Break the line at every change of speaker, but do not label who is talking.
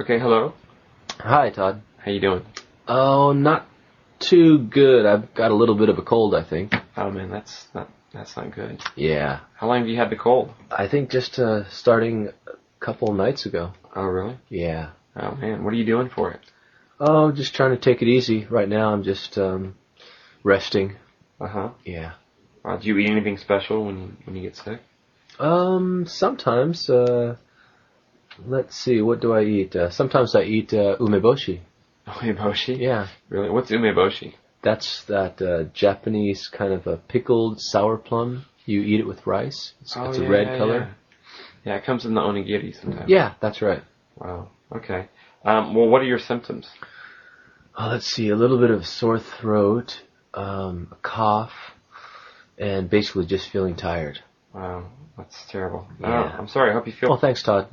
Okay, hello.
Hi, Todd.
How you doing?
Oh, not too good. I've got a little bit of a cold, I think.
Oh man, that's not that's not good.
Yeah.
How long have you had the cold?
I think just uh, starting a couple nights ago.
Oh really?
Yeah.
Oh man, what are you doing for it?
Oh, just trying to take it easy. Right now, I'm just um, resting.
Uh huh.
Yeah.
Uh, do you eat anything special when you when you get sick?
Um, sometimes, uh, let's see, what do I eat? Uh, sometimes I eat uh, umeboshi.
Oh, Umeboshi?
Yeah.
Really? What's umeboshi?
That's that uh, Japanese kind of a pickled sour plum. You eat it with rice. It's, it's a
Oh, yeah,
red
yeah,
color.
Yeah. yeah, it comes in the onigiri sometimes.
Yeah, that's right.
Wow. Okay. Um, well, what are your symptoms?
Oh, let's see, a little bit of sore throat, um, a cough, and basically just feeling tired.
Wow, that's terrible.
Yeah.
Oh, I'm sorry. I hope you feel.
Well, thanks, Todd.